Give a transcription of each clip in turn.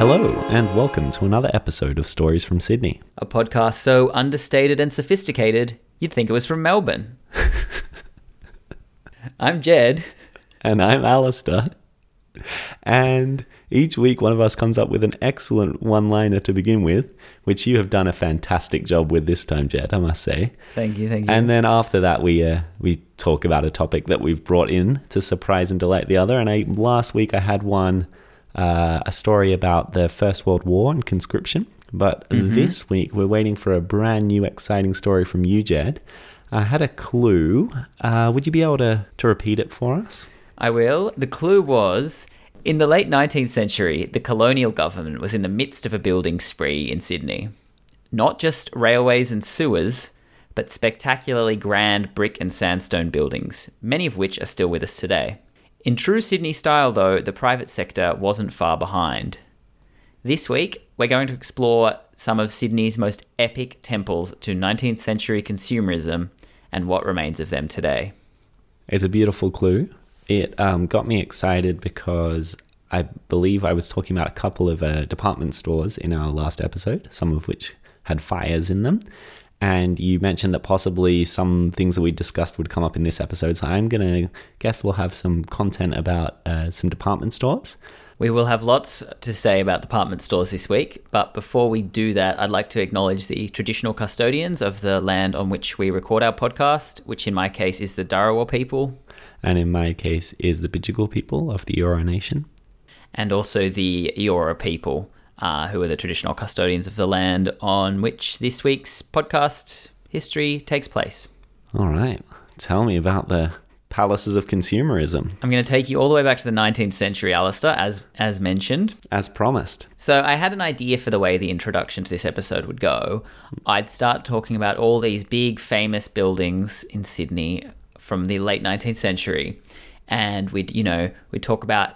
Hello, and welcome to another episode of Stories from Sydney. A podcast so understated and sophisticated, you'd think it was from Melbourne. I'm Jed. And I'm Alistair. And each week, one of us comes up with an excellent one liner to begin with, which you have done a fantastic job with this time, Jed, I must say. Thank you, thank you. And then after that, we uh, we talk about a topic that we've brought in to surprise and delight the other. And I last week I had one uh, a story about the First World War and conscription, but Mm-hmm. this week we're waiting for a brand new exciting story from you, Jed. I had a clue. Uh, would you be able to to repeat it for us? I will. The clue was in the late 19th century, the colonial government was in the midst of a building spree in Sydney. Not just railways and sewers, but spectacularly grand brick and sandstone buildings, many of which are still with us today. In true Sydney style, though, the private sector wasn't far behind. This week, we're going to explore some of Sydney's most epic temples to 19th century consumerism and what remains of them today. It's a beautiful clue. It um, got me excited because I believe I was talking about a couple of uh, department stores in our last episode, some of which had fires in them. And you mentioned that possibly some things that we discussed would come up in this episode. So I'm going to guess we'll have some content about uh, some department stores. We will have lots to say about department stores this week, but before we do that, I'd like to acknowledge the traditional custodians of the land on which we record our podcast, which in my case is the Darawal people, And in my case, is the Bidjigal people of the Euro Nation. and also the Eora people, uh, who are the traditional custodians of the land on which this week's podcast history takes place. All right. Tell me about the palaces of consumerism, I'm going to take you all the way back to the 19th century, Alistair, as as mentioned. as promised. So I had an idea for the way the introduction to this episode would go. I'd start talking about all these big famous buildings in Sydney from the late 19th century and we'd, you know, we'd talk about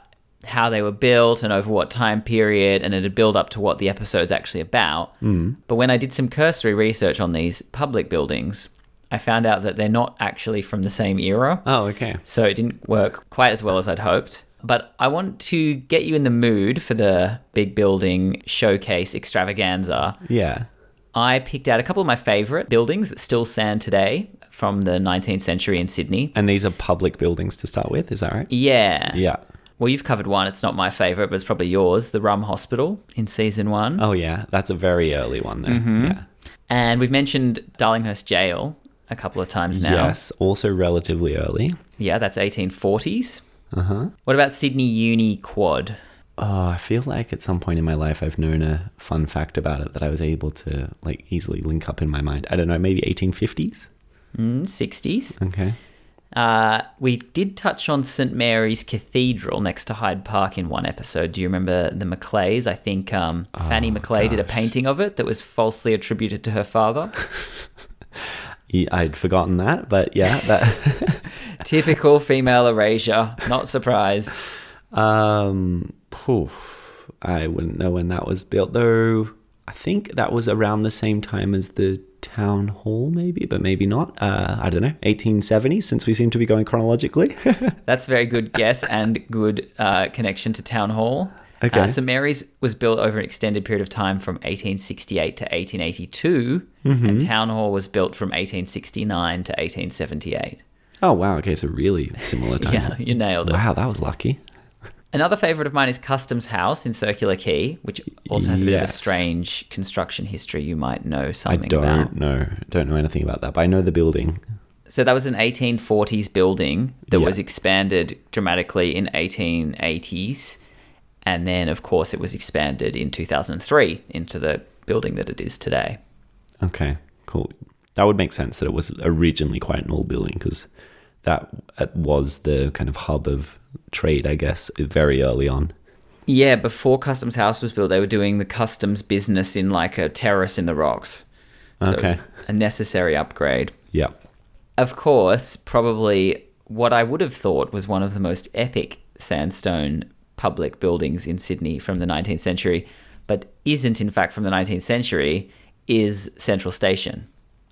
how they were built and over what time period and it'd build up to what the episode's actually about. Mm. But when I did some cursory research on these public buildings, I found out that they're not actually from the same era Oh, okay. so it didn't work quite as well as I'd hoped. But I want to get you in the mood for the big building showcase extravaganza. Yeah. I picked out a couple of my favorite buildings that still stand today from the 19th century in Sydney. And these are public buildings to start with, is that right? Yeah. Yeah. Well, you've covered one. It's not my favorite, but it's probably yours the Rum Hospital in season one. Oh, yeah. That's a very early one, though. Mm-hmm. Yeah. And we've mentioned Darlinghurst Jail a couple of times now. Yes. Also relatively early. Yeah, that's 1840s. Uh-huh. What about Sydney Uni Quad? Oh, I feel like at some point in my life I've known a fun fact about it that I was able to like easily link up in my mind. I don't know, maybe 1850s? Mm, 60s. Okay. Uh, we did touch on St Mary's Cathedral next to Hyde Park in one episode. Do you remember the Macleays? I think um, Fanny Maclay did a painting of it that was falsely attributed to her father. Yeah, I'd forgotten that, but yeah, that Typical female erasure. Not surprised. um phew, I wouldn't know when that was built though. I think that was around the same time as the town hall maybe, but maybe not. Uh I don't know, 1870 since we seem to be going chronologically. That's a very good guess and good uh, connection to Town Hall. Okay. Uh, St Mary's was built over an extended period of time from 1868 to 1882, and Town Hall was built from 1869 to 1878. oh wow, okay, so really similar time. Yeah, you nailed it. Wow, that was lucky. Another favourite of mine is Customs House in Circular Quay, which also has a bit of a Yes. strange construction history you might know I something don't about. know. Don't know anything about that, but I know the building. So that was an 1840s building that Yeah. was expanded dramatically in 1880s. And then, of course, it was expanded in 2003 into the building that it is today. Okay, cool. That would make sense that it was originally quite an old building because that uh, was the kind of hub of trade, I guess, very early on. Yeah, before Customs House was built, they were doing the customs business in like a terrace in the rocks. So it was Okay. a necessary upgrade. Yeah. of course, probably what I would have thought was one of the most epic sandstone public buildings in Sydney from the 19th century, but isn't in fact from the 19th century, is Central Station.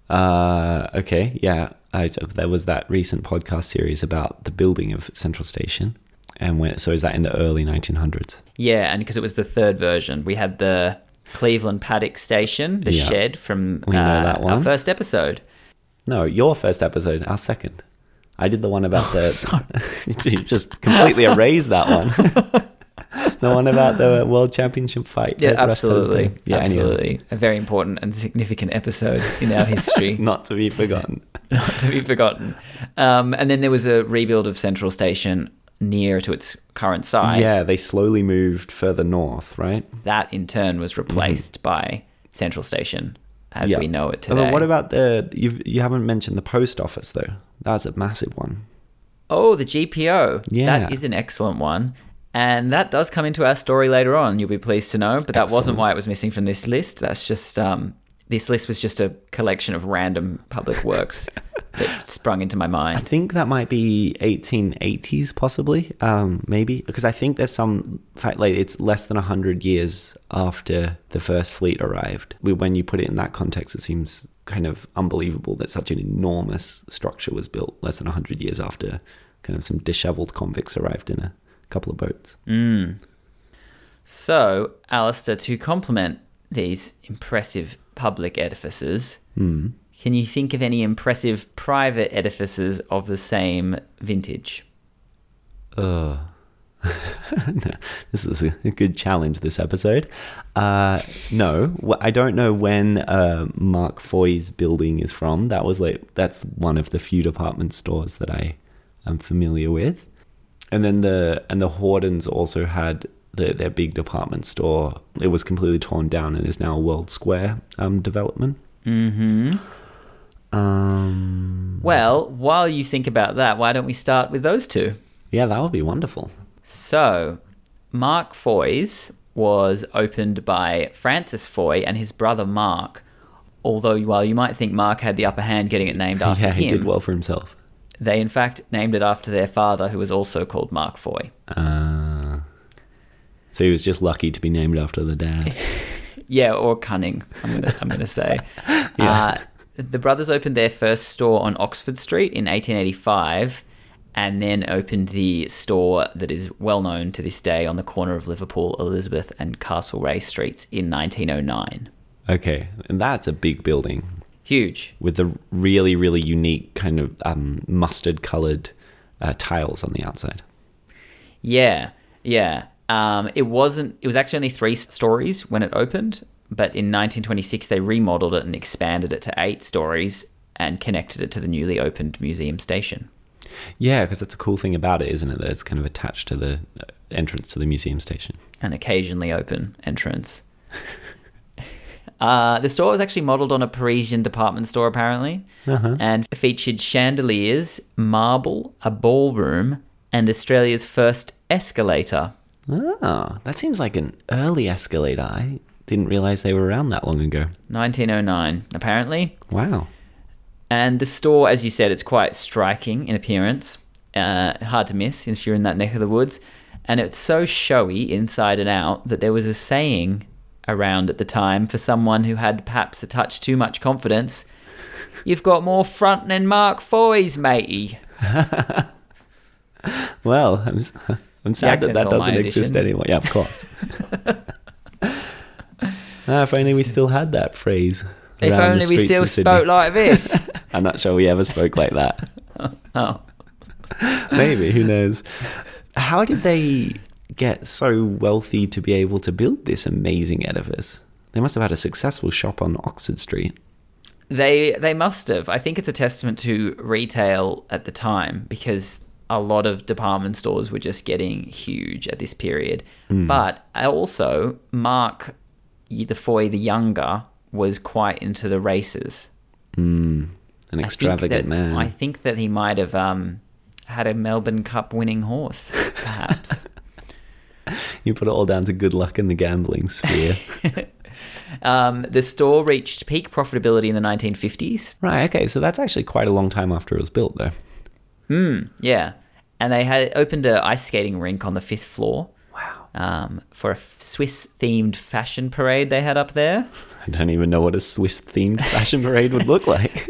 Uh, okay. Yeah. I, there was that recent podcast series about the building of Central Station, And when, so is that in the early 1900s? Yeah, and because it was the third version, we had the Cleveland Paddock Station, the Yeah. shed from We know uh, that our one. first episode. No, your first episode, our second. I did the one about Oh, the. you just completely erased that one. the one about the world championship fight. Yeah, at Russ Hosberg. absolutely. Yeah, anyway, absolutely. A very important and significant episode in our history. not to be forgotten. not to be forgotten. Um, and then there was a rebuild of Central Station near to its current size. Yeah, they slowly moved further north, right? That in turn was replaced by Central Station as Mm-hmm. Yeah. we know it Oh, today. But what about the you? You haven't mentioned the post office though. That's a massive one. oh, the GPO. Yeah. That is an excellent one. And that does come into our story later on, you'll be pleased to know. But that wasn't why it was missing from this list. That's just, um, this list was just a collection of random public works that sprung into my mind. I think that might be 1880s, possibly, um, maybe, because I think there's some fact like it's less than 100 years after the first fleet arrived. We- When you put it in that context, it seems kind of unbelievable that such an enormous structure was built less than 100 years after kind of some disheveled convicts arrived in a couple of boats. So, Alistair, to complement these impressive public edifices, Hmm. can you think of any impressive private edifices of the same vintage? Ugh. no, this is a good challenge this episode. Uh, no, wh- I don't know when uh, Mark Foy's building is from. That was like that's one of the few department stores that I am familiar with. And then the and the Hordens also had the, their big department store. It was completely torn down and is now a World Square um, development. Mm-hmm. Um, Well, while you think about that, why don't we start with those two? yeah, that would be wonderful. So, Mark Foy's was opened by Francis Foy and his brother Mark. Although, while you might think Mark had the upper hand getting it named after yeah, him, he did well for himself. they in fact named it after their father, who was also called Mark Foy. Uh, so he was just lucky to be named after the dad. Yeah, or cunning. I'm gonna, I'm gonna say. uh, the brothers opened their first store on Oxford Street in 1885, and then opened the store that is well known to this day on the corner of Liverpool, Elizabeth, and Castlereagh Streets in 1909. okay, and that's a big building Huge. with the really, really unique kind of um, mustard-colored uh, tiles on the outside. Yeah, yeah. Um, it wasn't. It was actually only three s- stories when it opened, but in 1926 they remodeled it and expanded it to eight stories and connected it to the newly opened museum station. Yeah, because that's a cool thing about it, isn't it? That it's kind of attached to the uh, entrance to the museum station. an occasionally open entrance. Uh, the store was actually modeled on a Parisian department store, apparently, and featured chandeliers, marble, a ballroom, and Australia's first escalator. Ah, that seems like an early escalator. I didn't realize they were around that long ago. 1909, apparently. Wow. And the store, as you said, it's quite striking in appearance. Uh, hard to miss if you're in that neck of the woods. And it's so showy inside and out that there was a saying around at the time for someone who had perhaps a touch too much confidence You've got more front than Mark Foy's, matey. Well, I'm, s- I'm sad that accent's that all my doesn't exist addition. anymore. Yeah, of course. ah, if only we still had that phrase. If around the only we streets still of Sydney. spoke like this. I'm not sure we ever spoke like that. oh. Maybe, who knows? How did they get so wealthy to be able to build this amazing edifice? They must have had a successful shop on Oxford Street. They they must have. I think it's a testament to retail at the time because a lot of department stores were just getting huge at this period. Hmm. But also Mark y- the Foy the younger was quite into the races. An I think extravagant that- man. I think that he might have um, had a Melbourne Cup winning horse, perhaps. You put it all down to good luck in the gambling sphere. um, the store reached peak profitability in the 1950s. right, okay, so that's actually quite a long time after it was built, though. Yeah. And they had opened a ice skating rink on the fifth floor. Wow. um, for a Swiss themed fashion parade they had up there. I don't even know what a Swiss themed fashion parade would look like.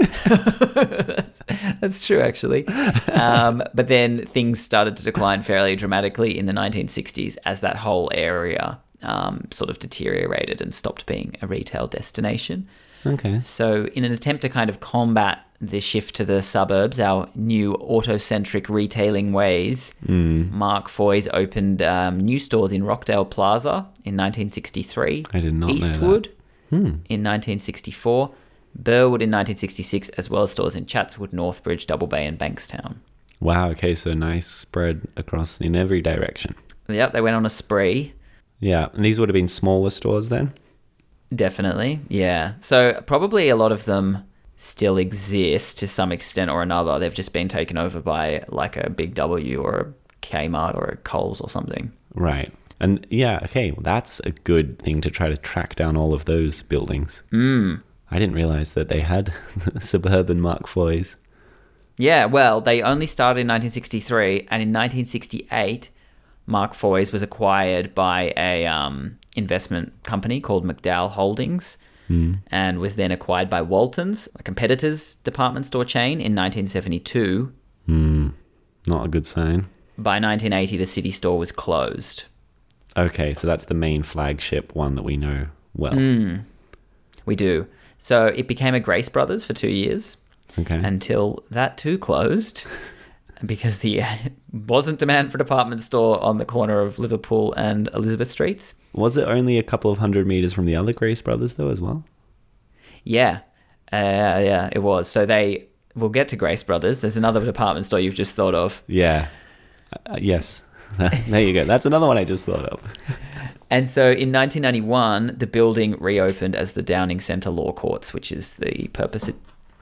That's true, actually. Um, but then things started to decline fairly dramatically in the 1960s as that whole area um, sort of deteriorated and stopped being a retail destination. Okay. So, in an attempt to kind of combat the shift to the suburbs, our new auto-centric retailing ways, Mark Foy's opened um, new stores in Rockdale Plaza in 1963, I did not know that. Eastwood in 1964, Burwood in 1966, as well as stores in Chatswood, Northbridge, Double Bay, and Bankstown. Wow. Okay. So nice spread across in every direction. Yep, they went on a spree. Yeah. And these would have been smaller stores then. Definitely. Yeah. So probably a lot of them still exist to some extent or another. They've just been taken over by like a Big W or a Kmart or a Coles or something. Right. And yeah. Okay. well, that's a good thing to try to track down all of those buildings. Mm. I didn't realize that they had suburban Mark Foy's. Yeah, well, they only started in 1963 and in 1968 Mark Foy's was acquired by a um, investment company called McDowell Holdings. And was then acquired by Walton's, a competitor's department store chain, in 1972. Not a good sign. By 1980, the city store was closed. Okay, so that's the main flagship one that we know well. We do. So it became a Grace Brothers for two years Okay. until that too closed because the wasn't demand for department store on the corner of Liverpool and Elizabeth Streets. was it only a couple of hundred meters from the other Grace Brothers though as well? Yeah, uh, yeah, it was. So they we'll get to Grace Brothers. There's another department store you've just thought of, Yeah. Uh, yes. there you go. That's another one I just thought of. and so in 1991 the building reopened as the Downing Centre Law Courts, which is the purpose it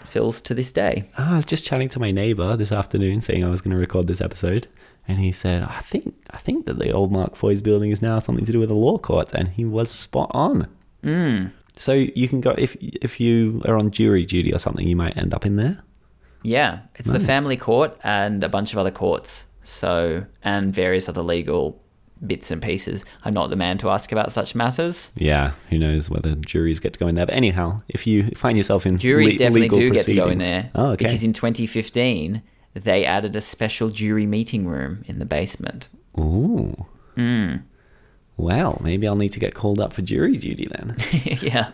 fills to this day. Ah, I was just chatting to my neighbor this afternoon, saying I was going to record this episode, and he said, "I think I think that the old Mark Foy's building is now something to do with the law court," and he was spot on. Hmm. So you can go if if you are on jury duty or something, you might end up in there. Yeah, it's the Nice. family court and a bunch of other courts. So, and various other legal bits and pieces. I'm not the man to ask about such matters. Yeah, who knows whether juries get to go in there? But anyhow, if you find yourself in Juries le- definitely legal do get to go in proceedings- there. oh, okay, Because in 2015, they added a special jury meeting room in the basement. ooh, well, maybe I'll need to get called up for jury duty then. yeah.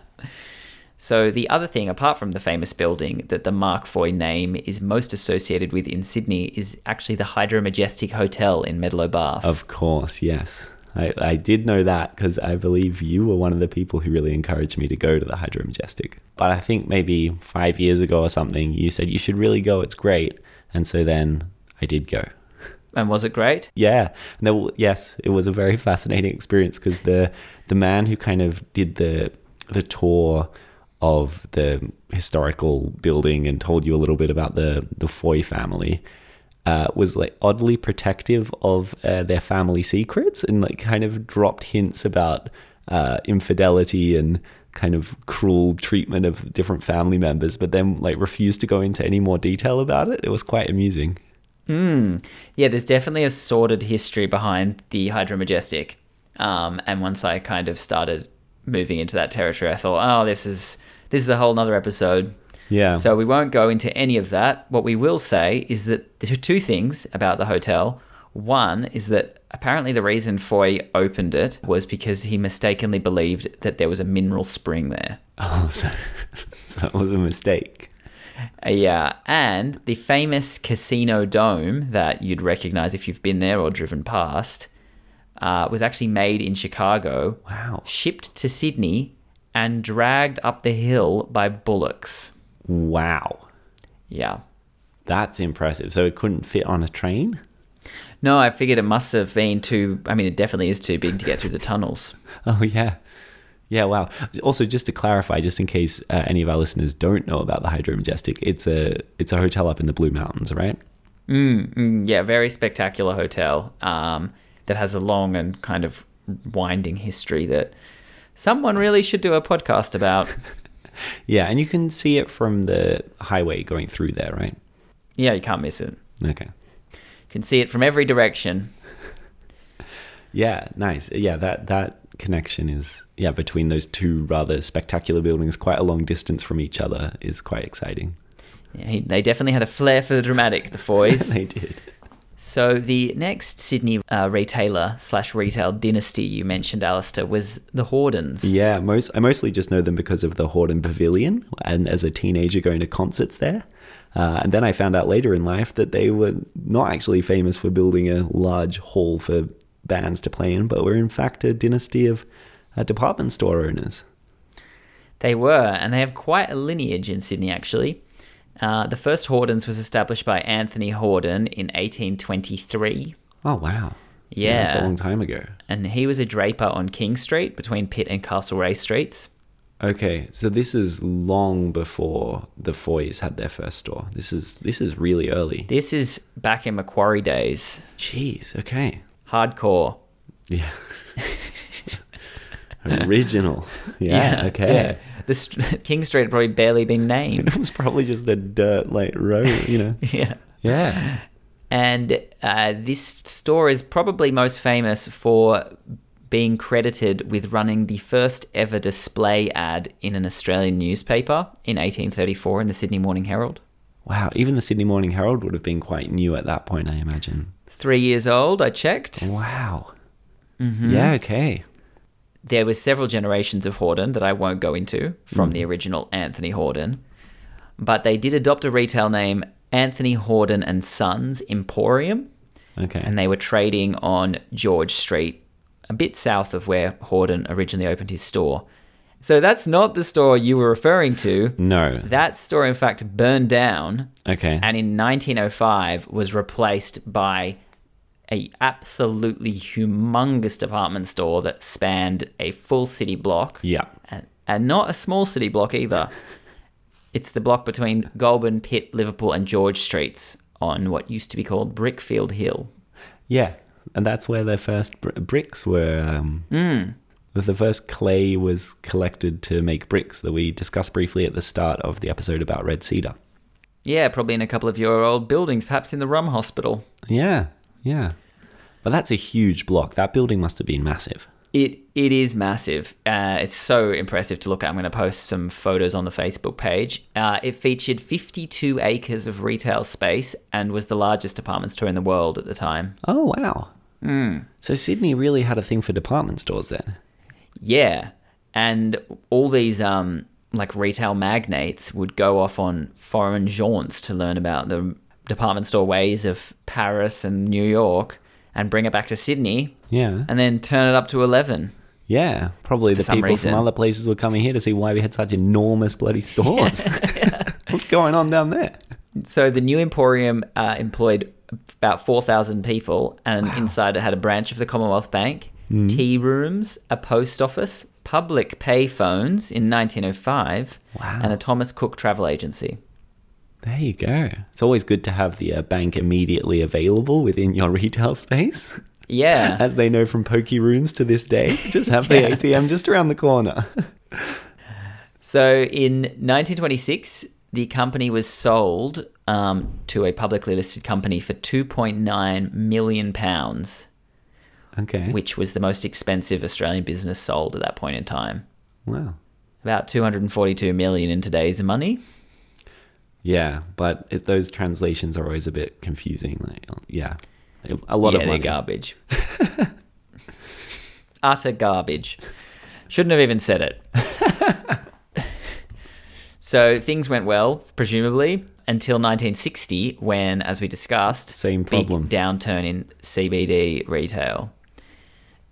So, the other thing, apart from the famous building that the Mark Foy name is most associated with in Sydney, is actually the Hydro Majestic Hotel in Medlow Bath. Of course, yes. I, I did know that because I believe you were one of the people who really encouraged me to go to the Hydro Majestic. But I think maybe five years ago or something, you said you should really go, it's great. And so then I did go. and was it great? Yeah. And there, w- yes, it was a very fascinating experience because the the man who kind of did the the tour of the historical building and told you a little bit about the the Foy family uh, was like oddly protective of uh, their family secrets and like kind of dropped hints about uh, infidelity and kind of cruel treatment of different family members, but then like refused to go into any more detail about it. It was quite amusing. Yeah, there's definitely a sordid history behind the Hydra Majestic. Um, and once I kind of started moving into that territory, I thought, oh, this is this is a whole nother episode. Yeah. So we won't go into any of that. What we will say is that there are two things about the hotel. One is that apparently the reason Foy opened it was because he mistakenly believed that there was a mineral spring there. Oh, so, so that was a mistake. Uh, Yeah, and the famous casino dome that you'd recognize if you've been there or driven past uh, was actually made in Chicago, Wow. shipped to Sydney, and dragged up the hill by bullocks. Wow. Yeah. That's impressive. So it couldn't fit on a train? No, I figured it must have been too. I mean, it definitely is too big to get through the tunnels. Oh, yeah. Yeah, wow. Also, just to clarify, just in case uh, any of our listeners don't know about the Hydro Majestic, it's a it's a hotel up in the Blue Mountains, right? Mm, yeah, very spectacular hotel um, that has a long and kind of winding history that someone really should do a podcast about. Yeah, and you can see it from the highway going through there, right? yeah, you can't miss it. Okay. can see it from every direction. Yeah, nice. Yeah, that that connection is yeah between those two rather spectacular buildings, quite a long distance from each other, is quite exciting. Yeah, he, they definitely had a flair for the dramatic, the Foys. they did. So the next Sydney uh, retailer slash retail dynasty you mentioned, Alistair, was the Hordens. Yeah, most I mostly just know them because of the Horden Pavilion and as a teenager going to concerts there. Uh, and then I found out later in life that they were not actually famous for building a large hall for bands to play in, but were in fact a dynasty of uh, department store owners. They were, and they have quite a lineage in Sydney, actually. Uh, the first Hordens was established by Anthony Horden in 1823, Oh wow! that's a Yeah. long time ago. and he was a draper on King Street between Pitt and Castlereagh Streets. Okay, so this is long before the Foys had their first store. This is this is really early. This is back in Macquarie days. Jeez. Okay. Hardcore. Yeah. Original. Yeah. okay. yeah. The st- King Street had probably barely been named. It was probably just a dirt like road, you know. yeah. yeah. And uh, this store is probably most famous for being credited with running the first ever display ad in an Australian newspaper in 1834 in the Sydney Morning Herald. Wow. Even the Sydney Morning Herald would have been quite new at that point, I imagine. Three years old, I checked. Wow. Mm-hmm. Yeah. Okay. There were several generations of Horden that I won't go into from the original Anthony Horden, but they did adopt a retail name, Anthony Horden and Sons Emporium. Okay. and they were trading on George Street, a bit south of where Horden originally opened his store. So that's not the store you were referring to. no. That store, in fact, burned down okay. and in 1905 was replaced by a absolutely humongous department store that spanned a full city block yeah. and, and not a small city block either. It's the block between Goulburn, Pitt, Liverpool, and George Streets on what used to be called Brickfield Hill. Yeah. And that's where their first br- bricks were. Um, Mm. The first clay was collected to make bricks that we discussed briefly at the start of the episode about red cedar. Yeah, probably in a couple of your old buildings, perhaps in the Rum Hospital. Yeah. Yeah. But that's a huge block. That building must have been massive. It it is massive. Uh, it's so impressive to look at. I'm going to post some photos on the Facebook page. Uh, it featured 52 acres of retail space and was the largest department store in the world at the time. Oh wow! Hmm. So Sydney really had a thing for department stores then. Yeah, and all these um like retail magnates would go off on foreign jaunts to learn about the department store ways of Paris and New York and bring it back to Sydney Yeah, and then turn it up to 11. yeah. Probably the some people reason. from other places were coming here to see why we had such enormous bloody stores. What's going on down there? So the new Emporium uh, employed about 4,000 people, and inside it had a branch of the Commonwealth Bank, tea rooms, a post office, public pay phones in 1905, Wow. and a Thomas Cook travel agency. There you go. It's always good to have the uh, bank immediately available within your retail space, Yeah. as they know from pokey rooms to this day. Just have the ATM just around the corner. so in 1926, the company was sold um, to a publicly listed company for 2.9 million pounds, Okay. which was the most expensive Australian business sold at that point in time. Wow. About 242 million in today's money. Yeah, but it, those translations are always a bit confusing. Like, yeah, a lot yeah, of they're money. garbage. Utter garbage. Shouldn't have even said it. so things went well, presumably, until 1960, when, as we discussed, Same problem. big downturn in CBD retail.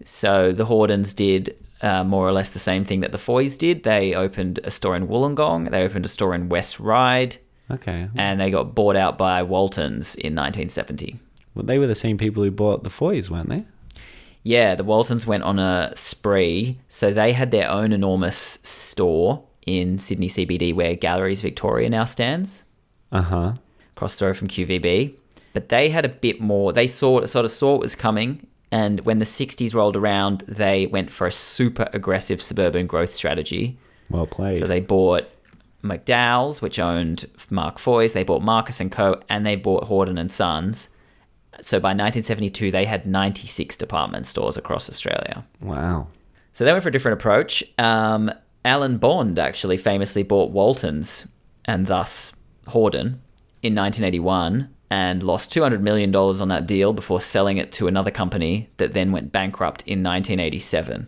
So the Hordens did uh, more or less the same thing that the Foys did. They opened a store in Wollongong. They opened a store in West Ryde, Okay. and they got bought out by Waltons in 1970. Well, they were the same people who bought the Foys, weren't they? Yeah, the Waltons went on a spree. So they had their own enormous store in Sydney CBD where Galleries Victoria now stands, Uh huh. across the road from QVB. But they had a bit more, they saw, sort of saw what was coming. And when the 60s rolled around, they went for a super aggressive suburban growth strategy. Well played. So they bought McDowell's, which owned Mark Foy's. They bought Marcus and Co. And they bought Horden and Sons. So by 1972, they had 96 department stores across Australia. wow. So they went for a different approach. Um, Alan Bond actually famously bought Waltons and thus Horden in 1981 and lost $200 million on that deal before selling it to another company that then went bankrupt in 1987.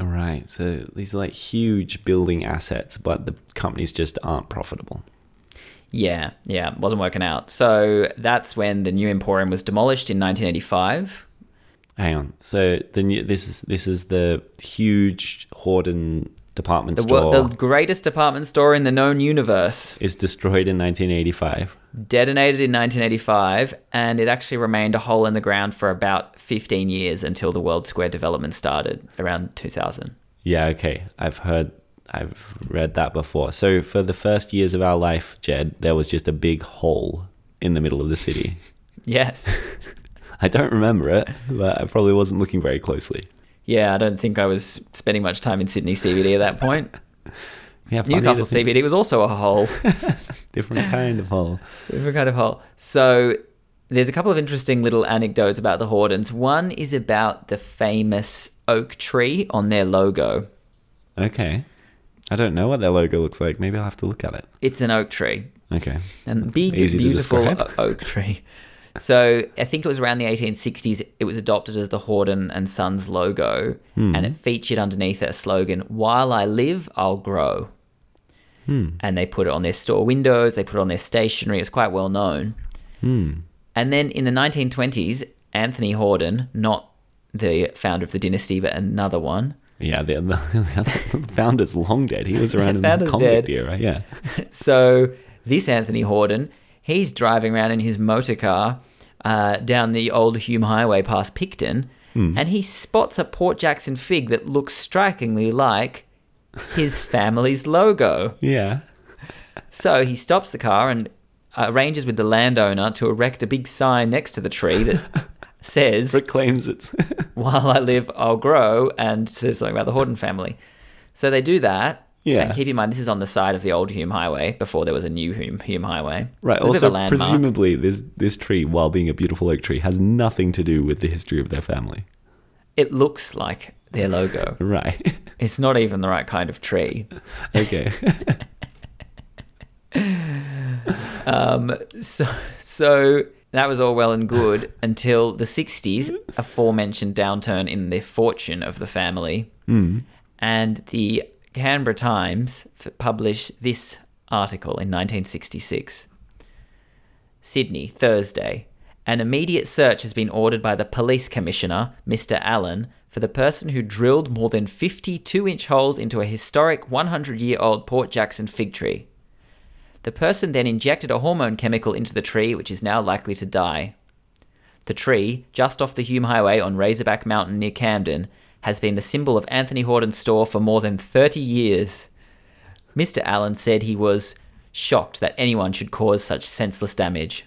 All right. So these are like huge building assets, but the companies just aren't profitable. Yeah, yeah, wasn't working out. So that's when the new Emporium was demolished in 1985. Hang on. So the new, this is this is the huge Horden department The, store wor- the greatest department store in the known universe is destroyed in 1985. detonated in 1985, and it actually remained a hole in the ground for about 15 years until the World Square development started around 2000. Yeah, okay. I've heard, I've read that before. So, for the first years of our life, Jed, there was just a big hole in the middle of the city. Yes. I don't remember it, but I probably wasn't looking very closely. Yeah, I don't think I was spending much time in Sydney CBD at that point. Yeah, funny Newcastle to think- CBD was also a hole. Different kind of hole. Different kind of hole. So there's a couple of interesting little anecdotes about the Hordens. One is about the famous oak tree on their logo. Okay. I don't know what their logo looks like. Maybe I'll have to look at it. It's an oak tree, Okay. and big, Easy to beautiful describe. o- oak tree. So I think it was around the 1860s. It was adopted as the Horden and Sons logo, Hmm. and it featured underneath it a slogan: "While I live, I'll grow." Hmm. And they put it on their store windows. They put it on their stationery. It's quite well known. Hmm. And then in the 1920s, Anthony Horden, not the founder of the dynasty, but another one, Yeah, the, the, the founder's long dead. He was around in the Founder's convict dead. era. Yeah. So this Anthony Horden, he's driving around in his motor car uh, down the old Hume Highway past Picton, and he spots a Port Jackson fig that looks strikingly like his family's logo. Yeah. So he stops the car and arranges with the landowner to erect a big sign next to the tree that says Proclaims it's. while I live, I'll grow, and says something about the Horden family. So they do that. Yeah. And keep in mind, this is on the side of the old Hume Highway before there was a new Hume, Hume Highway. Right. It's a bit of a also, landmark. presumably, this this tree, while being a beautiful oak tree, has nothing to do with the history of their family. it looks like their logo. Right. it's not even the right kind of tree. okay. So, so that was all well and good until the 60s, aforementioned downturn in the fortune of the family. And the Canberra Times f- published this article in 1966 Sydney, Thursday. An immediate search has been ordered by the police commissioner, Mr. Allen, for the person who drilled more than 52 inch holes into a historic 100 year old Port Jackson fig tree. The person then injected a hormone chemical into the tree, which is now likely to die. The tree, just off the Hume Highway on Razorback Mountain near Camden, has been the symbol of Anthony Horden's store for more than 30 years. Mr. Allen said he was shocked that anyone should cause such senseless damage.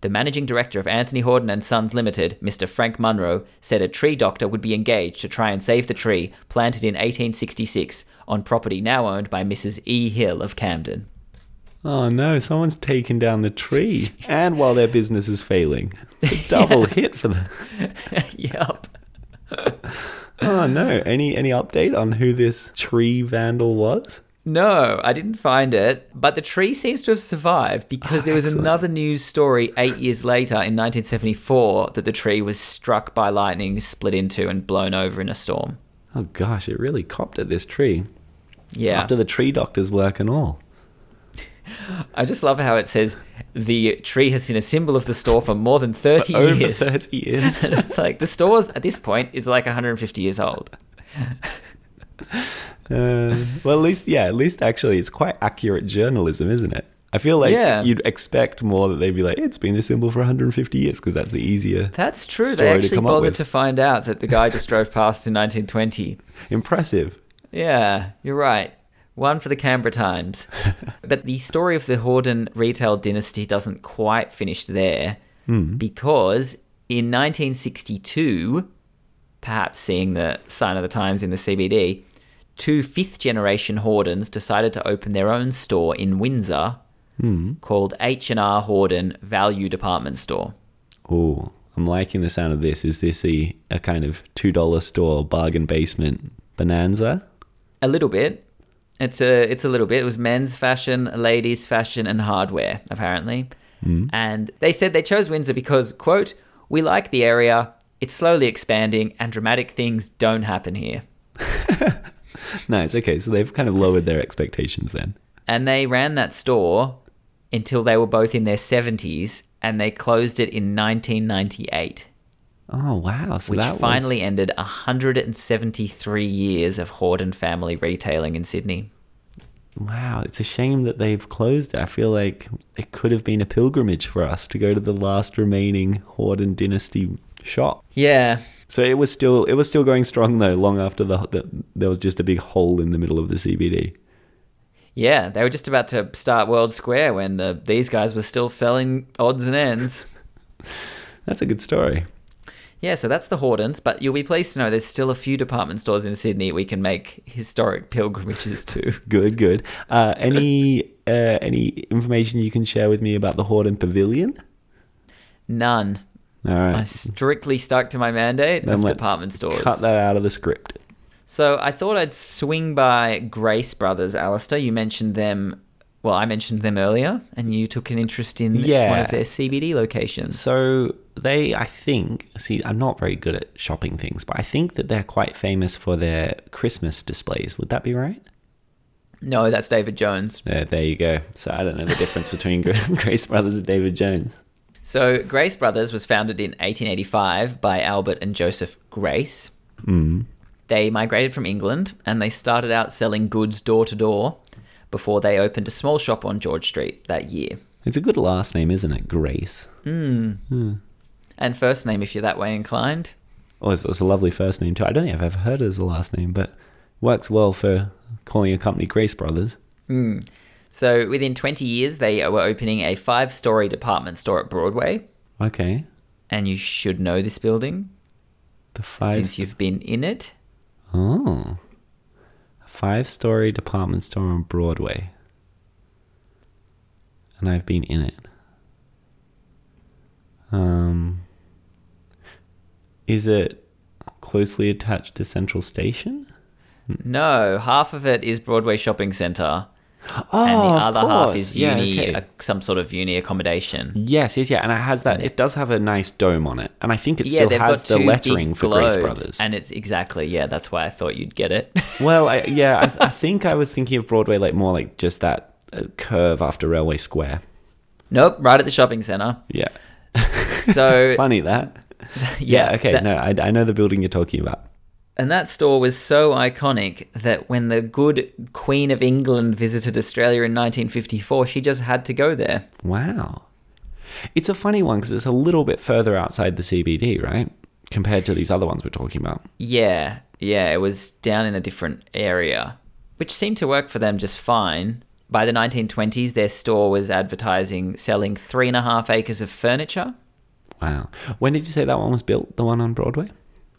The managing director of Anthony Horden and Sons Limited, Mr. Frank Munro, said a tree doctor would be engaged to try and save the tree planted in 1866 on property now owned by Mrs. E. Hill of Camden. Oh no! Someone's taken down the tree, and while their business is failing, it's a double hit for them. yep. Oh no! Any any update on who this tree vandal was? No, I didn't find it, but the tree seems to have survived because there was Ah, Excellent. another news story eight years later in 1974 that the tree was struck by lightning, split into, and blown over in a storm. Oh gosh! It really copped at this tree Yeah. after the tree doctor's work and all. I just love how it says the tree has been a symbol of the store for more than 30 Over years. thirty years. And it's like the store's at this point is like 150 years old. Uh, well, at least, yeah, at least actually, it's quite accurate journalism, isn't it? I feel like Yeah. you'd expect more that they'd be like, it's been a symbol for 150 years because that's the easier. That's true. Story they to actually come up bothered with. to find out that the guy just drove past in 1920. Impressive. Yeah, you're right. One for the Canberra Times. but the story of the Horden retail dynasty doesn't quite finish there because in 1962, perhaps seeing the sign of the times in the CBD, two fifth generation Hordens decided to open their own store in Windsor called H&R Horden Value Department Store. Oh, I'm liking the sound of this. Is this a, a kind of $2 store bargain basement bonanza? A little bit. It's a it's a little bit. It was men's fashion, ladies' fashion, and hardware apparently. Hmm. And they said they chose Windsor because quote we like the area. It's slowly expanding, and dramatic things don't happen here. Nice. Okay, so they've kind of lowered their expectations then. And they ran that store until they were both in their 70s, and they closed it in 1998, Oh wow! So which that was- finally ended 173 years of Horde and family retailing in Sydney. Wow, it's a shame that they've closed it. I feel like it could have been a pilgrimage for us to go to the last remaining Horden dynasty shop. Yeah, So it was still it was still going strong though. Long after the, the there was just a big hole in the middle of the CBD. Yeah, they were just about to start World Square when the these guys were still selling odds and ends. That's a good story. yeah, so that's the Hordens, but you'll be pleased to know there's still a few department stores in Sydney we can make historic pilgrimages to. Good, good. Uh, any uh, any information you can share with me about the Horden Pavilion? None. All right. I strictly stuck to my mandate Then of let's department stores. Cut that out of the script. So I thought I'd swing by Grace Brothers, Alistair. You mentioned them. Well, I mentioned them earlier, and you took an interest in one Yeah. of their CBD locations. So they, I think, see, I'm not very good at shopping things, but I think that they're quite famous for their Christmas displays. Would that be right? No, that's David Jones. There, there you go. So I don't know the difference between Gra- Grace Brothers and David Jones. So, Grace Brothers was founded in 1885 by Albert and Joseph Grace. Mm. They migrated from England and they started out selling goods door to door before they opened a small shop on George Street that year. It's a good last name, isn't it? Grace. And first name, if you're that way inclined. Oh, it's, it's a lovely first name too. I don't think I've ever heard it as a last name, but works well for calling a company Grace Brothers. So, within 20 years, they were opening a five story department store at Broadway. Okay. And you should know this building The five. since you've been in it. Oh. Five story department store on Broadway. And I've been in it. Um, is it closely attached to Central Station? No, half of it is Broadway Shopping Centre, Oh, and the of other half course. is yeah, uni, okay. uh, some sort of uni accommodation. Yes, yes, yeah, and it has that. It does have a nice dome on it, and I think it Mm. yeah, still they've has got the two lettering big for globes, Grace Brothers. and it's exactly yeah. That's why I thought you'd get it. Well, I, yeah, I, I think I was thinking of Broadway like more like just that uh, curve after Railway Square. nope, right at the shopping center. Yeah, So funny that. Yeah, okay, Uh, that- no, I, I know the building you're talking about. And that store was so iconic that when the good Queen of England visited Australia in 1954, she just had to go there. Wow, it's a funny one because it's a little bit further outside the CBD, right? Compared to these other ones we're talking about. Yeah, yeah, it was down in a different area, which seemed to work for them just fine. By the 1920s, their store was advertising selling three and a half acres of furniture. Wow, when did you say that one was built? The one on Broadway.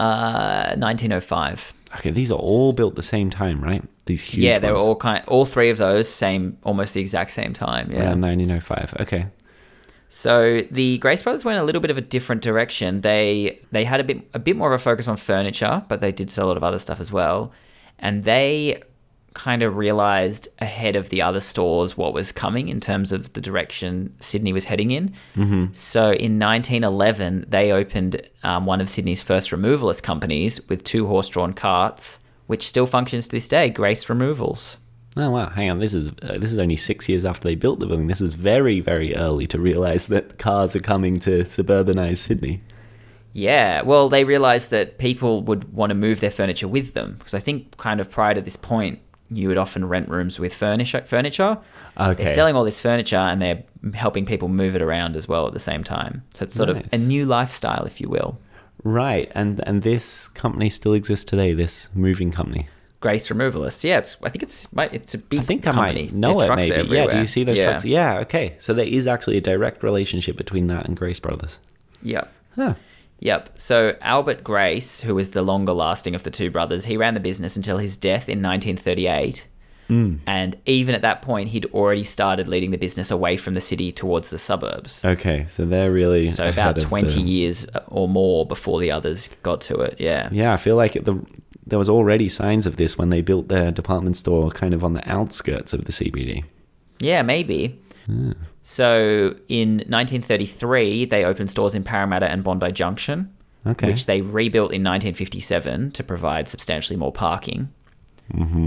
Uh, 1905. Okay, these are all built the same time, right? These huge. yeah, they were ones. all kind, all three of those same, almost the exact same time. Yeah. around 1905. Okay. So the Grace Brothers went a little bit of a different direction. They they had a bit a bit more of a focus on furniture, but they did sell a lot of other stuff as well. And they kind of realized ahead of the other stores what was coming in terms of the direction Sydney was heading in. Mm-hmm. So in 1911, they opened um, one of Sydney's first removalist companies with two horse-drawn carts, which still functions to this day, Grace Removals. Oh wow, hang on. This is uh, this is only six years after they built the building. This is very very early to realize that cars are coming to suburbanize Sydney. Yeah, well, they realized that people would want to move their furniture with them because I think kind of prior to this point, you would often rent rooms with furniture. Furniture. Okay. They're selling all this furniture and they're helping people move it around as well at the same time. So it's sort of a Nice. new lifestyle, if you will. Right, and and this company still exists today. This moving company. Grace Removalists. Yeah, it's. I think it's. might- It's a big. I think I company. might know Their it. trucks are Maybe. Yeah. Do everywhere. you see those trucks? Yeah. Okay. So there is actually a direct relationship between that and Grace Brothers. Yep. Huh. Yep. So Albert Grace, who was the longer lasting of the two brothers, he ran the business until his death in 1938. Hmm. And even at that point, he'd already started leading the business away from the city towards the suburbs. Okay, so they're really So Oh, ahead about of the- 20 years or more before the others got to it. Yeah. Yeah, I feel like it, the there was already signs of this when they built their department store kind of on the outskirts of the CBD. Yeah, maybe. Hmm. So in 1933, they opened stores in Parramatta and Bondi Junction, Okay. which they rebuilt in 1957 to provide substantially more parking. Mm-hmm.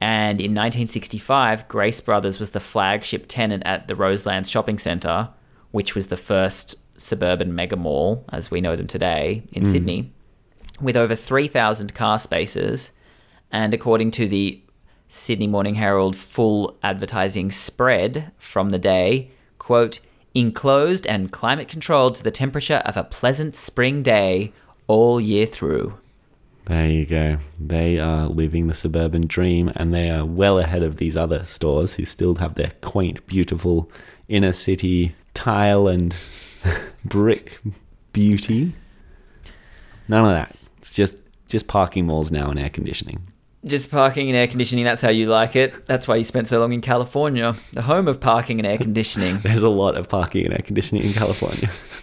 And in 1965, Grace Brothers was the flagship tenant at the Roselands Shopping Centre, which was the first suburban mega mall, as we know them today, in Sydney, with over 3,000 car spaces. And according to the Sydney Morning Herald full advertising spread from the day, quote, enclosed and climate controlled to the temperature of a pleasant spring day all year through. there you go. They are living the suburban dream and they are well ahead of these other stores who still have their quaint, beautiful inner city tile and brick beauty. None of that. It's just just parking malls now and air conditioning. Just parking and air conditioning, that's how you like it. That's why you spent so long in California, the home of parking and air conditioning. There's a lot of parking and air conditioning in California.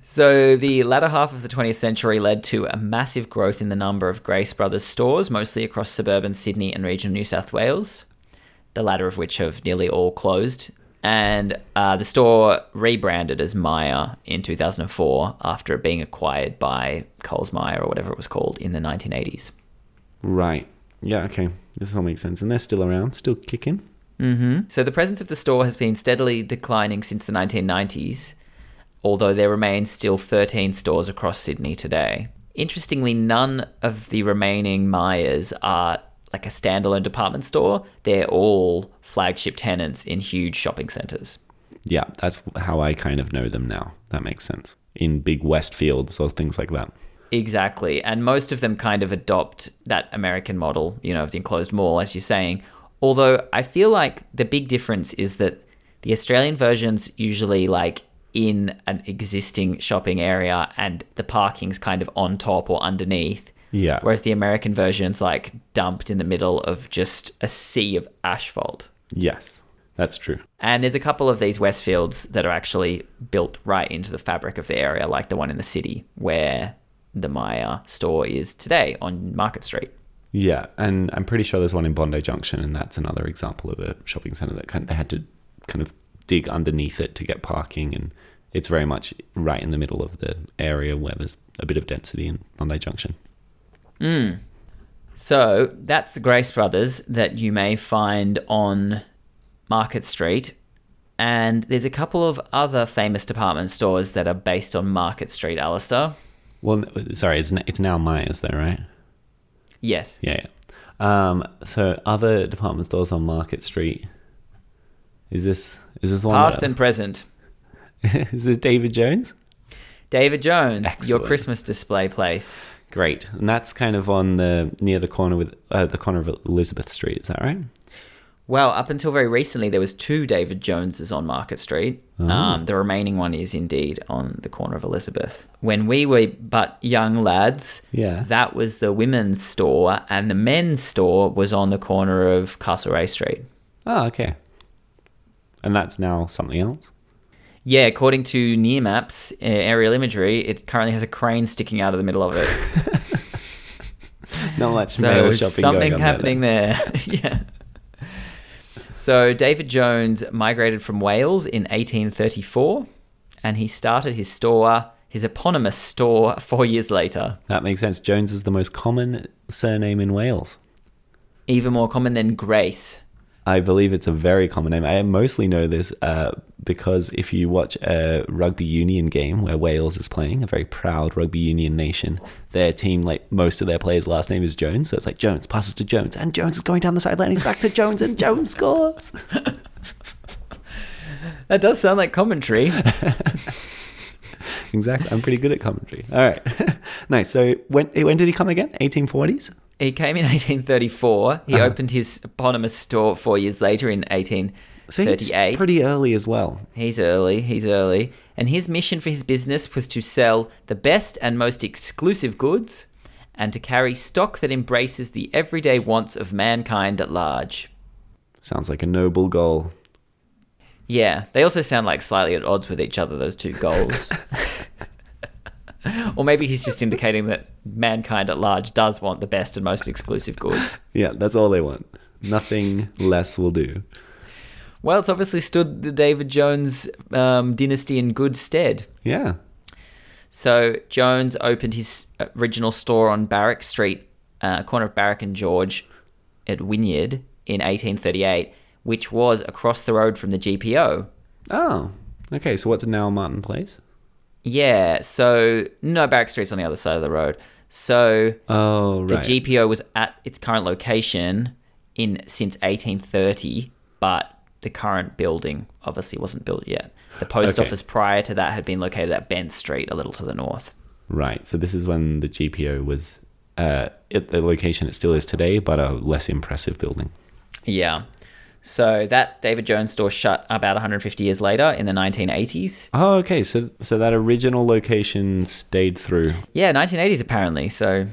So the latter half of the 20th century led to a massive growth in the number of Grace Brothers stores, mostly across suburban Sydney and regional New South Wales, the latter of which have nearly all closed. And uh, the store rebranded as Maya in 2004 after it being acquired by Coles Myer or whatever it was called in the 1980s. Right. Yeah, okay. This all makes sense. And they're still around, still kicking. So the presence of the store has been steadily declining since the 1990s, although there remain still 13 stores across Sydney today. Interestingly, none of the remaining Myers are like a standalone department store. They're all flagship tenants in huge shopping centres. Yeah, that's how I kind of know them now. That makes sense. In big West fields or things like that. Exactly. And most of them kind of adopt that American model, you know, of the enclosed mall, as you're saying. Although I feel like the big difference is that the Australian version's usually like in an existing shopping area and the parking's kind of on top or underneath. Yeah. Whereas the American version's like dumped in the middle of just a sea of asphalt. Yes, that's true. And there's a couple of these Westfields that are actually built right into the fabric of the area, like the one in the city where the Maya store is today on Market Street. Yeah, and I'm pretty sure there's one in Bondi Junction, and that's another example of a shopping center that kind of, they had to kind of dig underneath it to get parking, and it's very much right in the middle of the area where there's a bit of density in Bondi Junction. So that's the Grace Brothers that you may find on Market Street. And there's a couple of other famous department stores that are based on Market Street, Alistair. Well, n- sorry, it's n- it's now Myers though, right? Yes. Yeah. yeah. Um, so other department stores on Market Street. Is this is this the one? Past that- and present. is this David Jones? David Jones, your Excellent. Christmas display place. Great, and that's kind of on the near the corner with uh, the corner of Elizabeth Street. Is that right? Well, up until very recently, there was two David Joneses on Market Street. Um, the remaining one is indeed on the corner of Elizabeth. When we were but young lads, Yeah. that was the women's store, and the men's store was on the corner of Castlereagh Street. Oh, okay. And that's now something else. Yeah, according to Near Maps uh, aerial imagery, it currently has a crane sticking out of the middle of it. Not much So male there's shopping something going on happening There, there. yeah. So David Jones migrated from Wales in 1834, and he started his store, his eponymous store, four years later. though. that makes sense. Jones is the most common surname in Wales. Even more common than Grace. I believe it's a very common name. I mostly know this uh, because if you watch a rugby union game where Wales is playing, a very proud rugby union nation, their team, like most of their players' last name is Jones. So it's like Jones passes to Jones, and Jones is going down the sideline. He's back to Jones, and Jones scores. That does sound like commentary. exactly. I'm pretty good at commentary. All right. nice. So when, eh, when did he come again? 1840s? he came in 1834. Uh-huh. He opened his eponymous store four years later in 1838. So he's pretty early as well. He's early, he's early. And his mission for his business was to sell the best and most exclusive goods and to carry stock that embraces the everyday wants of mankind at large. Sounds like a noble goal. Yeah, they also sound like slightly at odds with each other, those two goals. or maybe he's just indicating that mankind at large does want the best and most exclusive goods. Yeah, that's all they want. Nothing less will do. Well, it's obviously stood the David Jones um, dynasty in good stead. Yeah. So Jones opened his original store on Barrack Street, uh, corner of Barrack and George, at Wynyard in 1838, which was across the road from the GPO. Oh, okay. So what's now Martin Place? Yeah, so no, Barrack Street's on the other side of the road. So Oh, the right. GPO was at its current location in since 1830, but the current building obviously wasn't built yet. The post Okay. office prior to that had been located at Bend Street, a little to the north. right. So this is when the GPO was uh, at the location it still is today, but a less impressive building. Yeah. So that David Jones store shut about 150 years later in the 1980s. Oh, okay. So so that original location stayed through. Yeah, 1980s apparently. So,